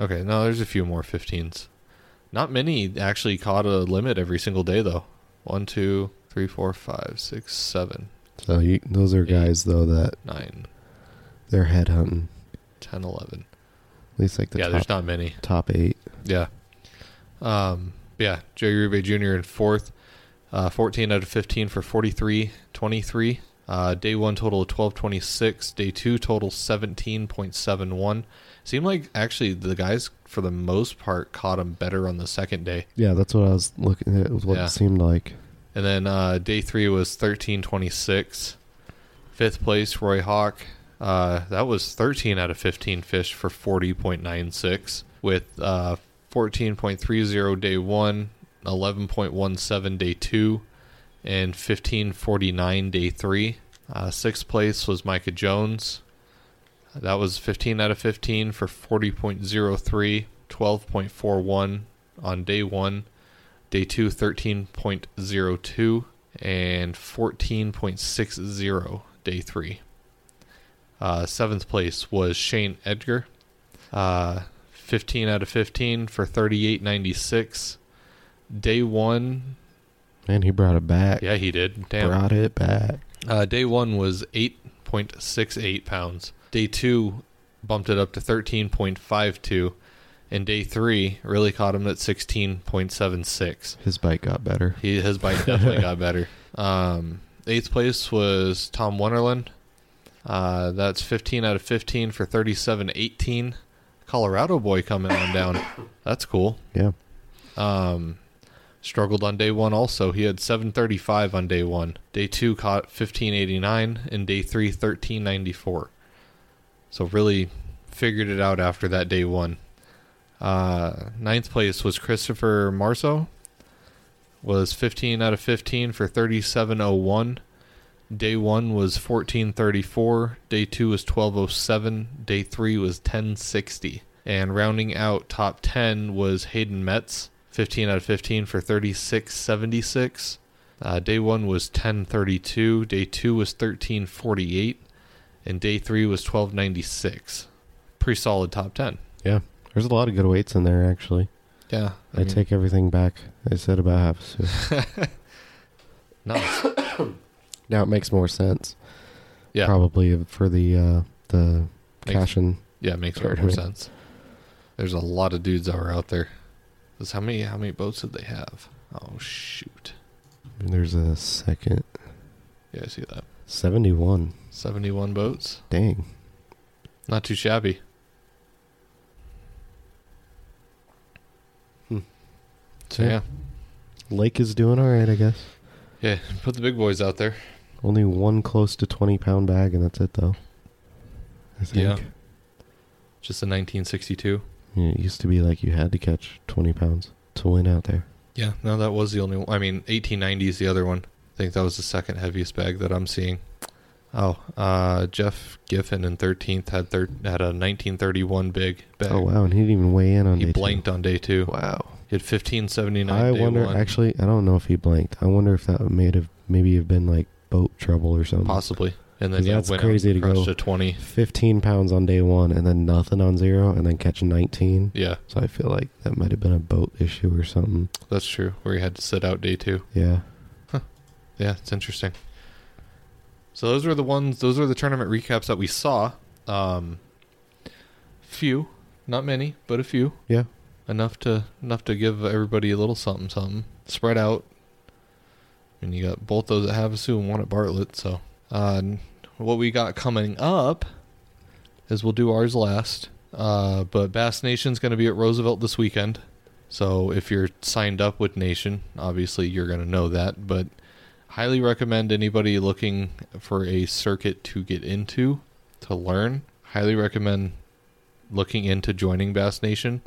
okay, no, there's a few more 15s. Not many actually caught a limit every single day though. One, two, three, four, five, six, seven,
So you, those are guys though that
nine,
they're head hunting.
10, 11.
At least like the
yeah,
top,
there's not many.
top eight.
Yeah. Um, yeah, Joe Uribe Jr. in fourth, uh, 14 out of 15 for 43 23. Uh, day one total of 1226. Day two total 17.71. Seemed like actually the guys, for the most part, caught him better on the second day.
Yeah, that's what I was looking at. was What
Yeah.
it seemed like.
And then uh, day three was 1326. Fifth place, Roy Hawk. Uh, that was 13 out of 15 fish for 40.96 with uh, 14.30 day one, 11.17 day two, and 1549 day three. Uh, sixth place was Micah Jones. That was 15 out of 15 for 40.03, 12.41 on day one, day two, 13.02, and 14.60 day three. Uh, seventh place was Shane Edgar, uh, 15 out of 15 for 38.96. Day one,
And he brought it back.
yeah, he did. Damn.
Brought it back.
Uh, day one was 8.68 pounds. Day two bumped it up to 13.52. And day three really caught him at 16.76.
His bike got better.
He, his bike definitely got better. Um, eighth place was Tom Wonderland. Uh, that's 15 out of 15 for 37.18. Colorado boy coming on down. That's cool.
Yeah.
Um, struggled on day one also. He had 735 on day one. Day two caught 1589, and day three, 1394. So really figured it out after that day one. Uh, ninth place was Christopher Marceau. Was 15 out of 15 for 3701. Day one was 1434. Day two was 1207. Day three was 1060. And rounding out top 10 was Hayden Metz, 15 out of 15 for 3676. Uh, day one was 1032. Day two was 1348. And day three was 1296. Pretty solid top 10.
Yeah. There's a lot of good weights in there, actually.
Yeah.
I, take everything back I said
(laughs)
about Havasu.
Nice.
(coughs) now it makes more sense.
Yeah.
Probably for the uh, the
Makes-
Cashin.
Yeah, it makes a
Sure,
lot more
yeah.
sense. There's a lot of dudes that were out there. 'Cause How many how many boats did they have? Oh shoot.
There's a second.
Yeah, I see that.
71.
Seventy one boats.
Dang.
Not too shabby.
Hmm.
So
Yeah.
yeah.
Lake is doing all right, I guess.
Yeah, put the big boys out there.
Only one close to 20 pound bag, and that's it, though. I think.
Yeah. Just a nineteen sixty two.
You know, it used to be like you had to catch 20 pounds to win out there.
Yeah, no, that was the only one. I mean, 1890 is the other one. I think that was the second heaviest bag that I'm seeing. Oh, uh, Jeff Giffen in 13th had thir- had a 1931 big bag.
Oh, wow. And he didn't even weigh in on
He
day two.
blanked on day two.
Wow.
He had 1579
I
day
wonder.
one.
Actually, I don't know if he blanked. I wonder if that may have maybe have been like boat trouble or something.
possibly. And then
Because
yeah,
that's
went
crazy
out and
to go-
crushed a 20.
15 pounds on day one, and then nothing on zero, and then catch 19.
Yeah,
So I feel like that might have been a boat issue or something.
that's true. Where he had to sit out day two.
Yeah.
Yeah, it's interesting. So those were the ones. Those are the tournament recaps that we saw. Um, few, not many, but a few.
Yeah.
enough to enough to give everybody a little something, something. Spread out. And you got both those at Havasu and one at Bartlett. So, uh, n- what we got coming up is we'll do ours last. Uh, but Bass Nation's going to be at Roosevelt this weekend. So if you're signed up with Nation, obviously you're going to know that. But highly recommend anybody looking for a circuit to get into to learn. Highly recommend looking into joining Bass Nation.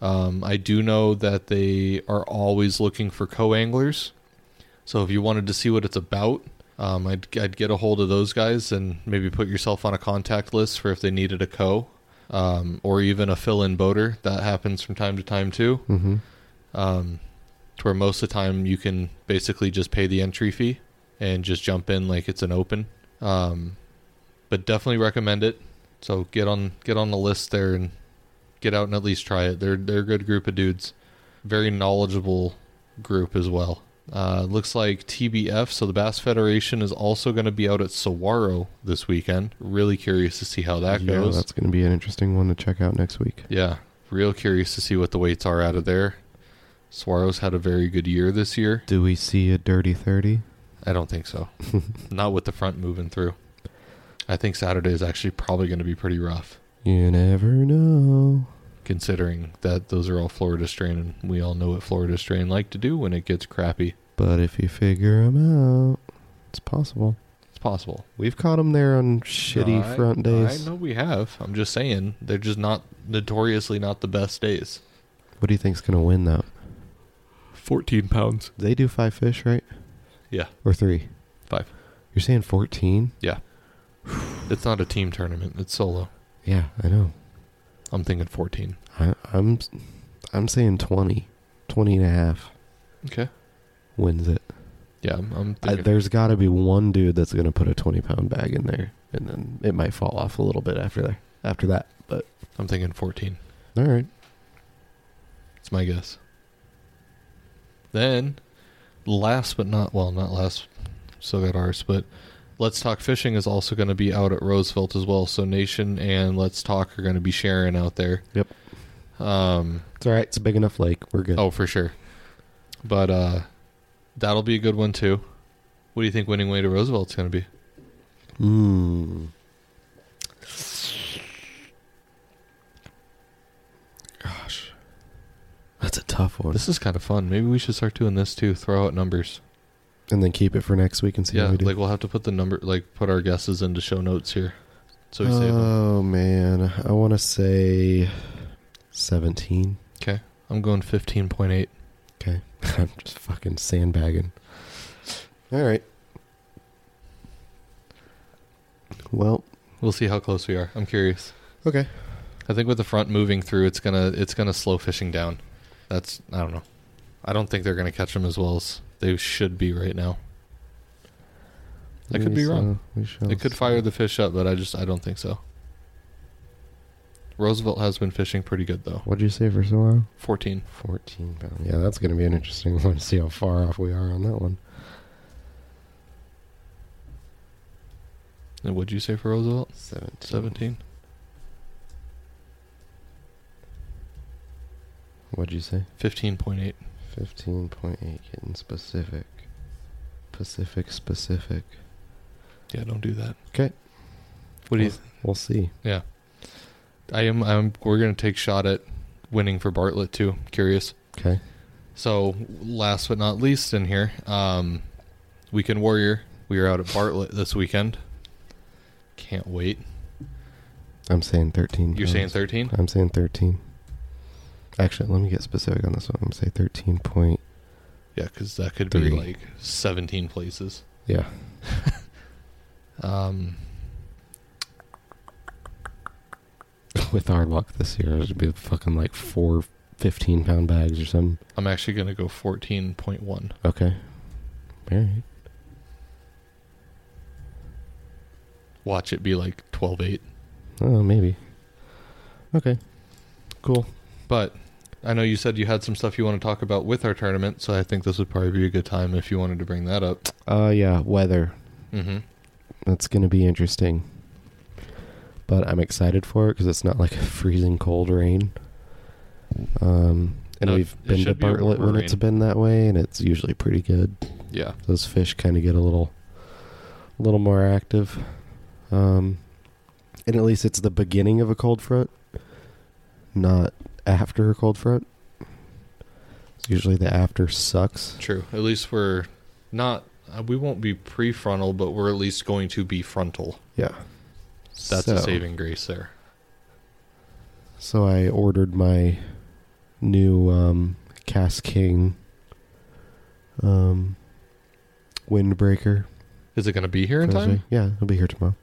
Um, I do know that they are always looking for co anglers. So if you wanted to see what it's about, um, I'd, I'd get a hold of those guys and maybe put yourself on a contact list for if they needed a co um, or even a fill in boater. That happens from time to time too
Mm-hmm.
um, to where most of the time you can basically just pay the entry fee and just jump in like it's an open. Um, but definitely recommend it. So get on get on the list there and get out and at least try it. They're they're a good group of dudes, very knowledgeable group as well. Uh, looks like TBF, so the Bass Federation is also going to be out at Saguaro this weekend. Really curious to see how that
yeah,
goes.
That's going to be an interesting one to check out next week.
Yeah, real curious to see what the weights are out of there. Suaro's had a very good year this year.
Do we see a dirty 30?
I don't think
(laughs)
so. Not with the front moving through. I think Saturday is actually probably going to be pretty rough,
You never know.
considering that those are all Florida strain, and we all know what Florida strain like to do when it gets crappy.
But if you figure 'em out, it's possible.
It's possible.
We've caught 'em there on shitty
I-
front days.
I know we have. I'm just saying they're just not notoriously not the best days.
What do you think's going to win, though?
14 pounds.
They do five fish, right?
Yeah.
Or three?
Five.
You're saying 14?
It's not a team tournament, it's solo.
Yeah, I know.
I'm thinking 14.
I, I'm I'm saying 20. 20 and a half
Okay.
wins it.
Yeah, I'm, I'm
I,
thinking.
there's got to be one dude that's going to put a 20 pound bag in there, and then it might fall off a little bit after there. After that, but
I'm thinking 14.
all right.
It's my guess. Then, last but not well, not last. Still got ours, but let's talk fishing is also going to be out at Roosevelt as well. So Nation and Let's Talk are going to be sharing out there.
Yep.
Um.
It's all right. It's a big enough lake. We're good.
Oh, for sure. But uh, that'll be a good one too. What do you think winning way to Roosevelt's going to be?
Mm. Gosh, that's a tough one.
This is kind of fun. Maybe we should start doing this too. Throw out numbers.
And then keep it for next week and see
yeah,
how we do.
like we'll have to put the number, like put our guesses into show notes here, so we save them.
oh man, I want to say seventeen.
Okay, I'm going fifteen point eight.
Okay, (laughs) I'm just fucking sandbagging. All right. Well,
We'll see how close we are. I'm curious.
okay.
I think with the front moving through, it's gonna it's gonna slow fishing down. That's I don't know. I don't think they're gonna catch them as well as they should be right now. I could be wrong.
We shall
It could
see.
fire the fish up, but I just I don't think so. Roosevelt has been fishing pretty good though.
What did you say for so long?
Fourteen.
14 pounds. Yeah, that's going to be an interesting (laughs) one to see how far off we are on that one.
And what'd you say for Roosevelt?
17.
Seventeen.
What'd you say?
Fifteen point eight.
15.8 getting specific. Pacific specific.
Yeah, don't do that.
'Kay.
What do you?
We'll see.
I am. I'm. We're gonna take shot at winning for Bartlett too. Curious.
Okay.
So last but not least, in here, um, weekend warrior. We are out at Bartlett this weekend. Can't wait.
I'm saying 13.
You're saying
pounds.
thirteen?
I'm saying 13. Actually, let me get specific on this one. I'm going to say 13 point.
Yeah, because that could be
Three.
like seventeen places.
Yeah. (laughs)
Um,
With our luck this year, it would be fucking like four 15 pound bags or something.
I'm actually gonna go fourteen point one.
Okay. All right.
Watch it be like 12-8.
Oh, maybe. Okay. Cool.
But I know you said you had some stuff you want to talk about with our tournament, so I think this would probably be a good time if you wanted to bring that up.
Uh, yeah, weather.
Mm-hmm.
That's going to be interesting. But I'm excited for it because it's not like a freezing cold rain. Um, and
No,
we've
it
been to
should be a
Bartlett
warmer
when it's
rain.
been that way, and it's usually pretty good.
Yeah.
Those fish kind of get a little, a little more active. Um, and at least it's the beginning of a cold front, not after a cold front. Usually the after sucks.
True. At least we're not. Uh, we won't be prefrontal, but we're at least going to be frontal.
Yeah.
That's
So-
a saving grace there.
So I ordered my new um, Cast King um, windbreaker.
Is it going to be here in
Thursday.
time?
Yeah, it'll be here tomorrow.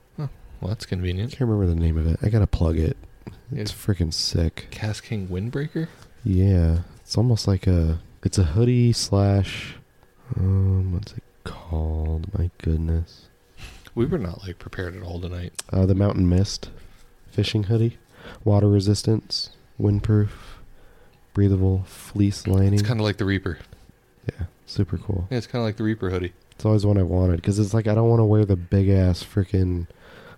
Well, that's
I
convenient.
can't remember the name of it. I gotta plug it.
It's
It's freaking sick.
Cast King Windbreaker.
Yeah, it's almost like a. It's a hoodie slash. Um, what's it called? My goodness.
We were not like prepared at all tonight.
Uh, the Mountain Mist fishing hoodie, water resistance, windproof, breathable fleece lining.
It's kind of like the Reaper.
yeah, super cool.
Yeah, it's kind of like the Reaper hoodie.
It's always one I wanted because it's like I don't want to wear the big ass freaking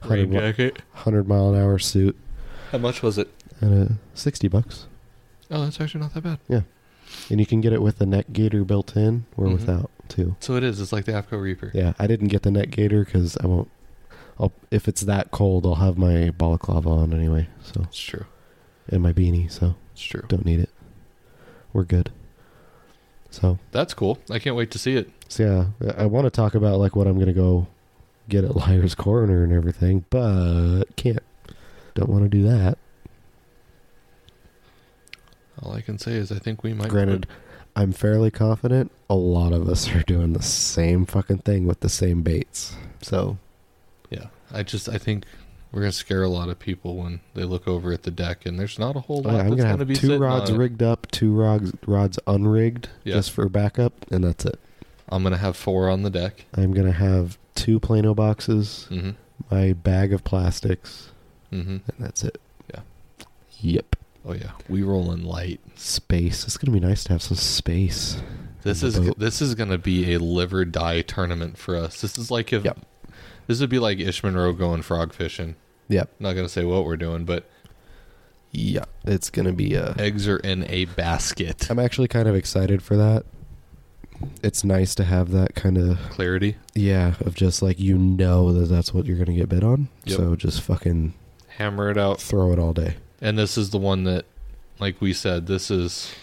Rain
100,
jacket.
mile an hour suit
How much was it?
at uh, 60 bucks.
Oh, that's actually not that bad.
And you can get it with the neck gaiter built in or
Mhm.
without too.
So it is. It's like the AFCO Reaper.
Yeah, I didn't get the neck gaiter because I won't. I'll, if it's that cold, I'll have my balaclava on anyway. So
It's true.
and my beanie, so
It's true.
don't need it. We're good. So,
That's cool. I can't wait to see it.
so yeah, I- I want to talk about like what I'm gonna go get at Liar's Corner and everything, but can't. Don't want to do that.
All I can say is I think we might.
Granted, I'm fairly confident a lot of us are doing the same fucking thing with the same baits. So
Yeah, I just I think we're gonna scare a lot of people when they look over at the deck and there's not a whole lot
Oh, I'm
that's
gonna
gonna,
have
be
two
sitting
rods
on it.
rigged up, two rods rods unrigged,
Yeah.
just for backup, and that's it.
I'm gonna have four on the deck.
I'm gonna have two Plano boxes,
hmm
my bag of plastics,
hmm
and that's it.
Yeah.
Yep.
Oh yeah, we rolling light.
Space. It's gonna be nice to have some space.
This
On
is
the boat.
this is gonna be a live or die tournament for us. This is like if
Yep.
this would be like Ish Monroe going frog fishing.
Yep.
Not gonna say what we're doing, but
Yeah. It's gonna be uh
eggs are in a basket.
I'm actually kind of excited for that. It's nice to have that kind of
Clarity,
yeah of just like you know that that's what you're gonna get bid on.
Yep.
So just fucking
hammer it out.
throw it all day.
And this is the one that, like we said, this is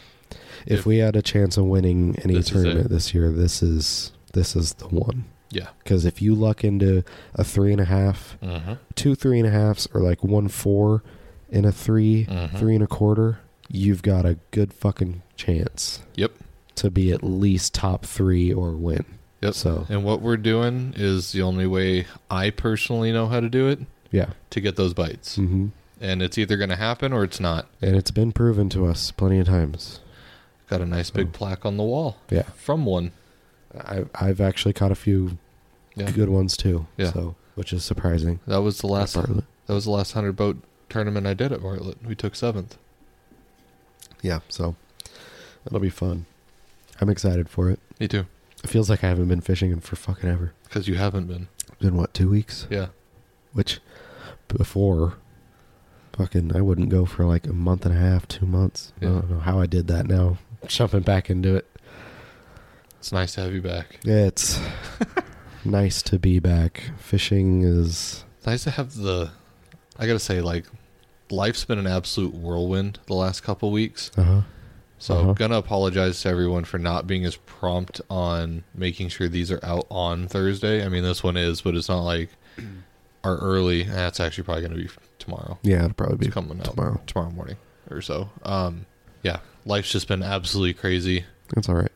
If
If-
we had a chance of winning any
This is it.
tournament this year, this is this is the one.
yeah.
Because if you luck into a three and a half,
Mm-hmm.
two three and a halfs, or like one four and a 3
Mhm.
three and a quarter, you've got a good fucking chance
Yep.
to be at least top three or win.
Yep.
So
And what we're doing is the only way I personally know how to do it
yeah,
to get those bites.
hmm
And it's either going to happen or it's not.
and it's been proven to us plenty of times.
Got a nice big plaque on the wall
Mm. Yeah,
from one.
I, I've actually caught a few
Yeah.
good ones too.
Yeah.
So which is surprising.
That was the last
Partly.
that was the last 100 boat tournament I did at Bartlett. We took 7th.
Yeah, so it'll be fun. I'm excited for it.
Me too.
It feels like I haven't been fishing in for fucking ever.
Cuz you haven't been.
It's been what two weeks?
Yeah.
Which before, fucking, I wouldn't go for like a month and a half, two months. I
Yeah.
don't know how I did that. Now jumping back into it.
It's nice to have you back.
(laughs) It's nice to be back. Fishing is
It's nice to have the I got to say like life's been an absolute whirlwind the last couple weeks.
uh huh.
So
Uh-huh.
I'm gonna apologize to everyone for not being as prompt on making sure these are out on Thursday. I mean, this one is, but it's not like (clears throat) our early. eh, It's actually probably gonna be tomorrow.
Yeah, it'll probably be
It's coming out
tomorrow.
tomorrow morning or so. Um, yeah, life's just been absolutely crazy.
That's all right.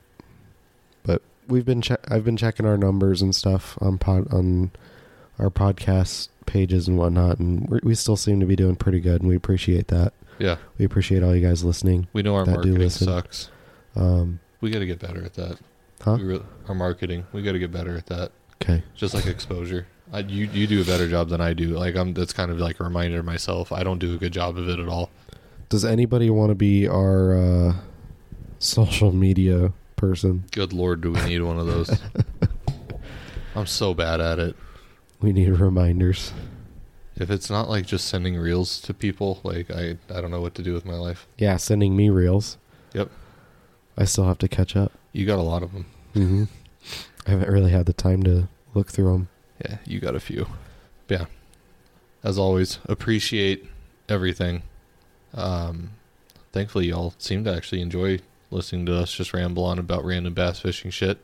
But we've been che- I've been checking our numbers and stuff on pod on our podcast pages and whatnot, and we we still seem to be doing pretty good, and we appreciate that.
Yeah,
We appreciate all you guys listening.
we know our
I do
marketing
listen.
sucks.
Um,
We got to get better at that.
huh?
We re- our marketing, we got to get better at that.
Okay.
Just like exposure. I, you you do a better job than I do. Like I'm. That's kind of like a reminder to myself. I don't do a good job of it at all.
Does anybody want to be our uh, social media person?
Good lord, do we need one of those? I'm so bad at it.
We need reminders.
If it's not like just sending reels to people, like I, I don't know what to do with my life.
Yeah, sending me reels.
Yep,
I still have to catch up.
you got a lot of them.
Mm-hmm. I haven't really had the time to look through them.
Yeah, you got a few. But yeah, as always, appreciate everything. Um, thankfully, y'all seem to actually enjoy listening to us just ramble on about random bass fishing shit.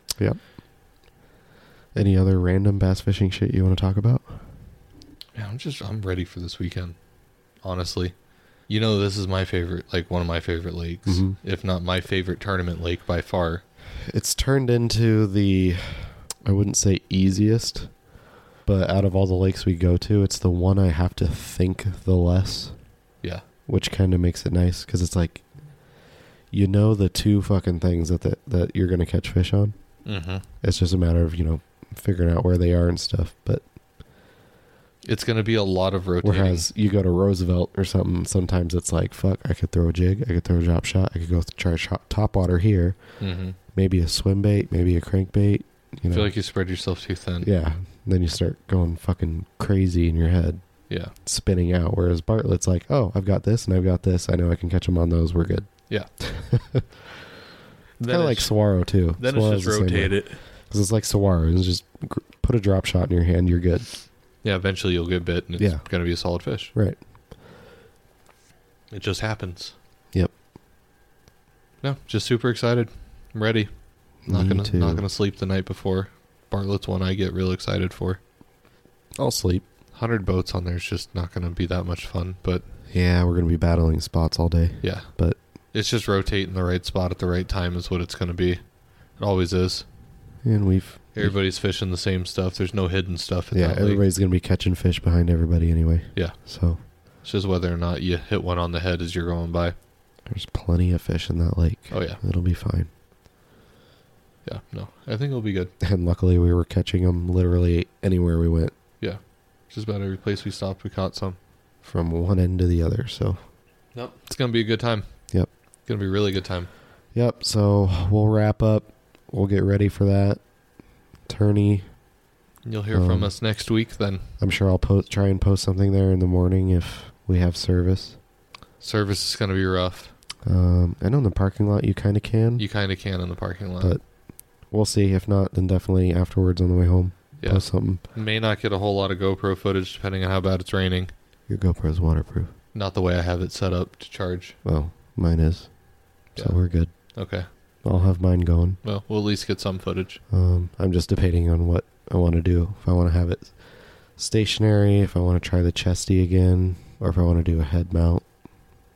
Any other random bass fishing shit you want to talk about?
Yeah, I'm just I'm ready for this weekend. Honestly. You know this is my favorite like one of my favorite lakes,
Mhm.
if not my favorite tournament lake by far.
It's turned into the, I wouldn't say easiest, but out of all the lakes we go to, it's the one I have to think the less,
Yeah.
which kind of makes it nice because it's like, you know, the two fucking things that, that that you're gonna catch fish on.
Mhm.
It's just a matter of you know figuring out where they are and stuff. But
It's going to be a lot of rotating.
whereas you go to Roosevelt or something, sometimes it's like fuck, I could throw a jig, I could throw a drop shot, I could go try shot, top water here,
Mhm.
maybe a swim bait, maybe a crankbait. You
I
know,
feel like you spread yourself too thin.
Yeah. Then you start going fucking crazy in your head,
Yeah.
spinning out. Whereas Bartlett's like, oh, I've got this and I've got this. I know I can catch them on those. We're good.
Then
Kind of like
it's-
Saguaro, too.
then it's just rotate it.
Because it's like Saguaro. It's just gr- put a drop shot in your hand. You're good.
Yeah, eventually you'll get bit and it's
Yeah.
going to be a solid fish.
Right.
It just happens.
Yep.
No, just super excited. I'm ready. Not
Me
going to
too.
not going to sleep the night before. Bartlett's one I get real excited for.
I'll sleep.
100 boats on there is just not going to be that much fun, but
Yeah, we're going to be battling spots all day.
yeah.
But
It's just rotate in the right spot at the right time is what it's going to be. It always is.
And we've
Everybody's fishing the same stuff. There's no hidden stuff. In
yeah,
that lake.
everybody's gonna be catching fish behind everybody anyway.
Yeah.
So
It's just whether or not you hit one on the head as you're going by.
there's plenty of fish in that lake.
Oh yeah,
It'll be fine.
yeah. No, I think it'll be good.
And luckily, we were catching them literally anywhere we went,
Just about every place we stopped, we caught some.
from one end to the other. So
Nope. It's gonna be a good time.
Yep.
It's gonna be a really good time.
Yep. So we'll wrap up. We'll get ready for that. Tourney.
You'll hear
Um,
from us next week then.
I'm sure I'll post, try and post something there in the morning if we have service.
Service is gonna be rough.
Um, I know in the parking lot you kind of can.
You kind of can in the parking lot.
But- We'll see. If not, then definitely afterwards on the way home,
yeah.
post something.
May not get a whole lot of GoPro footage depending on how bad it's raining.
Your GoPro's waterproof.
Not the way I have it set up to charge.
Well, mine is. So
Yeah.
we're good.
Okay.
I'll have mine going.
Well, we'll at least get some footage.
Um, I'm just debating on what I want to do. If I want to have it stationary, if I want to try the chesty again, or if I want to do a head mount.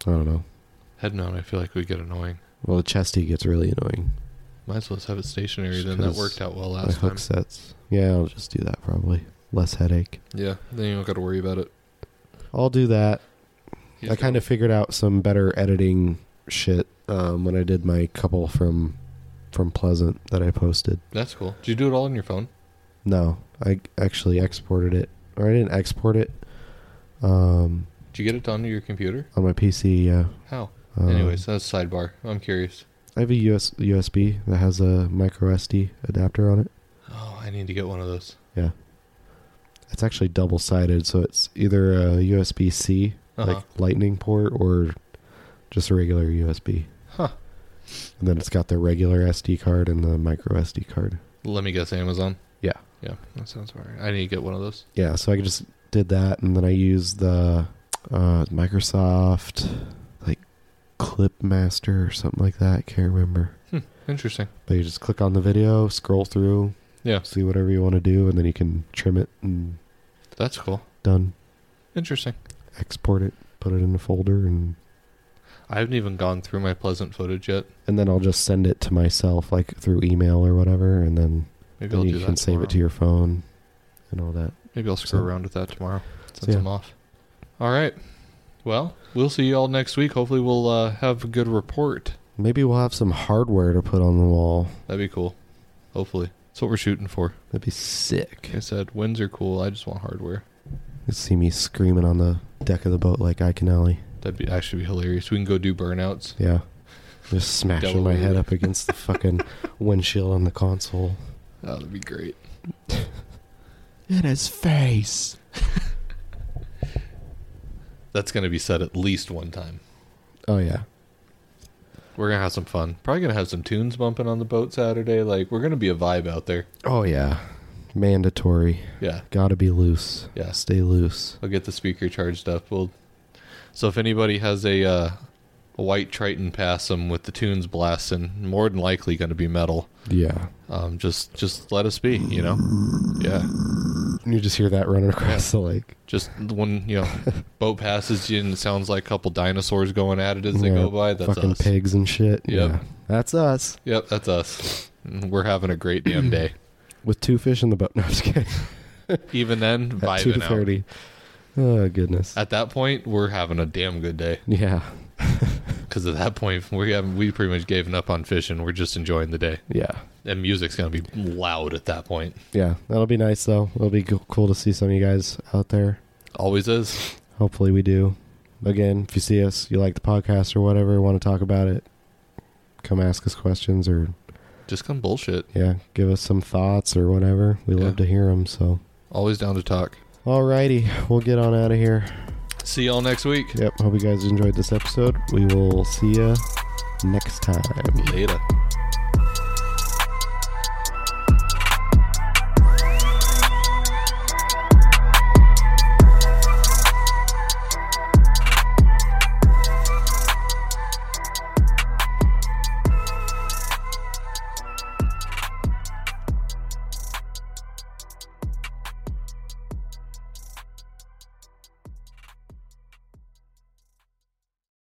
I don't know.
Head mount, I feel like we get annoying.
Well, the chesty gets really annoying.
Might as well just have it stationary.
Just
Then that
'cause
worked out well
My
last
hook
time.
sets. Yeah, I'll just do that probably. Less headache.
Yeah. Then you don't got to worry about it.
I'll do that.
You
I
just
kind of figured out some better editing shit um, when I did my couple from from Pleasant that I posted.
gotta- That's cool. Did you do it all on your phone?
No, I actually exported it, or I didn't export it um,
Did you get it done to your computer?
on my PC. Yeah.
How?
Um,
Anyways, that's sidebar. I'm curious.
I have a US, USB that has a micro SD adapter on it.
Oh, I need to get one of those.
It's actually double sided, so it's either a USB C
Uh-huh.
like lightning port or just a regular USB.
Huh.
And then it's got the regular SD card and the micro SD card.
Let me guess, Amazon.
Yeah.
Yeah, that sounds about right. I need to get one of those.
Yeah, so I just did that and then I used the uh, Microsoft like Clip Master or something like that. Can't remember.
Interesting.
But you just click on the video, scroll through,
Yeah,
see whatever you want to do, and then you can trim it and
that's cool.
done.
Interesting.
Export it, put it in a folder, and
I haven't even gone through my pleasant footage yet.
and then I'll just send it to myself like through email or whatever, and then,
Maybe
then
I'll
you
do
can
that.
save it to
tomorrow.
your phone and all that.
Maybe I'll screw
so-
around with that tomorrow since
yeah.
I'm off. All right. Well, we'll see you all next week. Hopefully, we'll uh, have a good report.
Maybe we'll have some hardware to put on the wall.
That'd be cool. Hopefully, that's what we're shooting for.
That'd be sick.
Like I said, winds are cool. I just want hardware.
You'd see me screaming on the deck of the boat like I can alley.
That'd be actually be hilarious. We can go do burnouts.
Yeah. Just smashing my head up against the fucking windshield on the console.
Oh, that'd be great.
In his face.
That's gonna be said at least one time.
Oh yeah.
We're gonna have some fun. Probably gonna have some tunes bumping on the boat Saturday. Like we're gonna be a vibe out there.
Oh yeah. Mandatory.
Yeah,
Gotta be loose.
yeah.
Stay loose.
I'll get the speaker charged up. We'll. So if anybody has a, uh, a white Triton pass 'em with the tunes blasting, more than likely gonna be metal.
Yeah.
Um, just just let us be. You know. Yeah.
You just hear that running across the lake.
Just when
(laughs)
you know boat passes you and it sounds like a couple dinosaurs going at it as they go
Yeah,
by. That's
Fucking
us.
pigs and shit.
Yep.
Yeah. That's us.
Yep, that's us. We're having a great damn
(clears throat)
day.
With two fish in the boat. (laughs) No, I'm just kidding.
Even then,
At
vibing
two
out.
thirty. Oh goodness.
At that point, we're having a damn good day
yeah.
because at that point we haven't we pretty much given up on fishing. We're just enjoying the day,
Yeah.
and music's gonna be loud at that point.
Yeah. That'll be nice though. It'll be go- cool to see some of you guys out there.
Always is.
Hopefully we do. Again, if you see us, you like the podcast or whatever, want to talk about it, come ask us questions or
Just come bullshit.
yeah, give us some thoughts or whatever. We
Yeah.
love to hear them. So,
Always down to talk.
alrighty, we'll get on out of here.
See y'all next week.
Yep. Hope you guys enjoyed this episode. We will see you next time.
Later.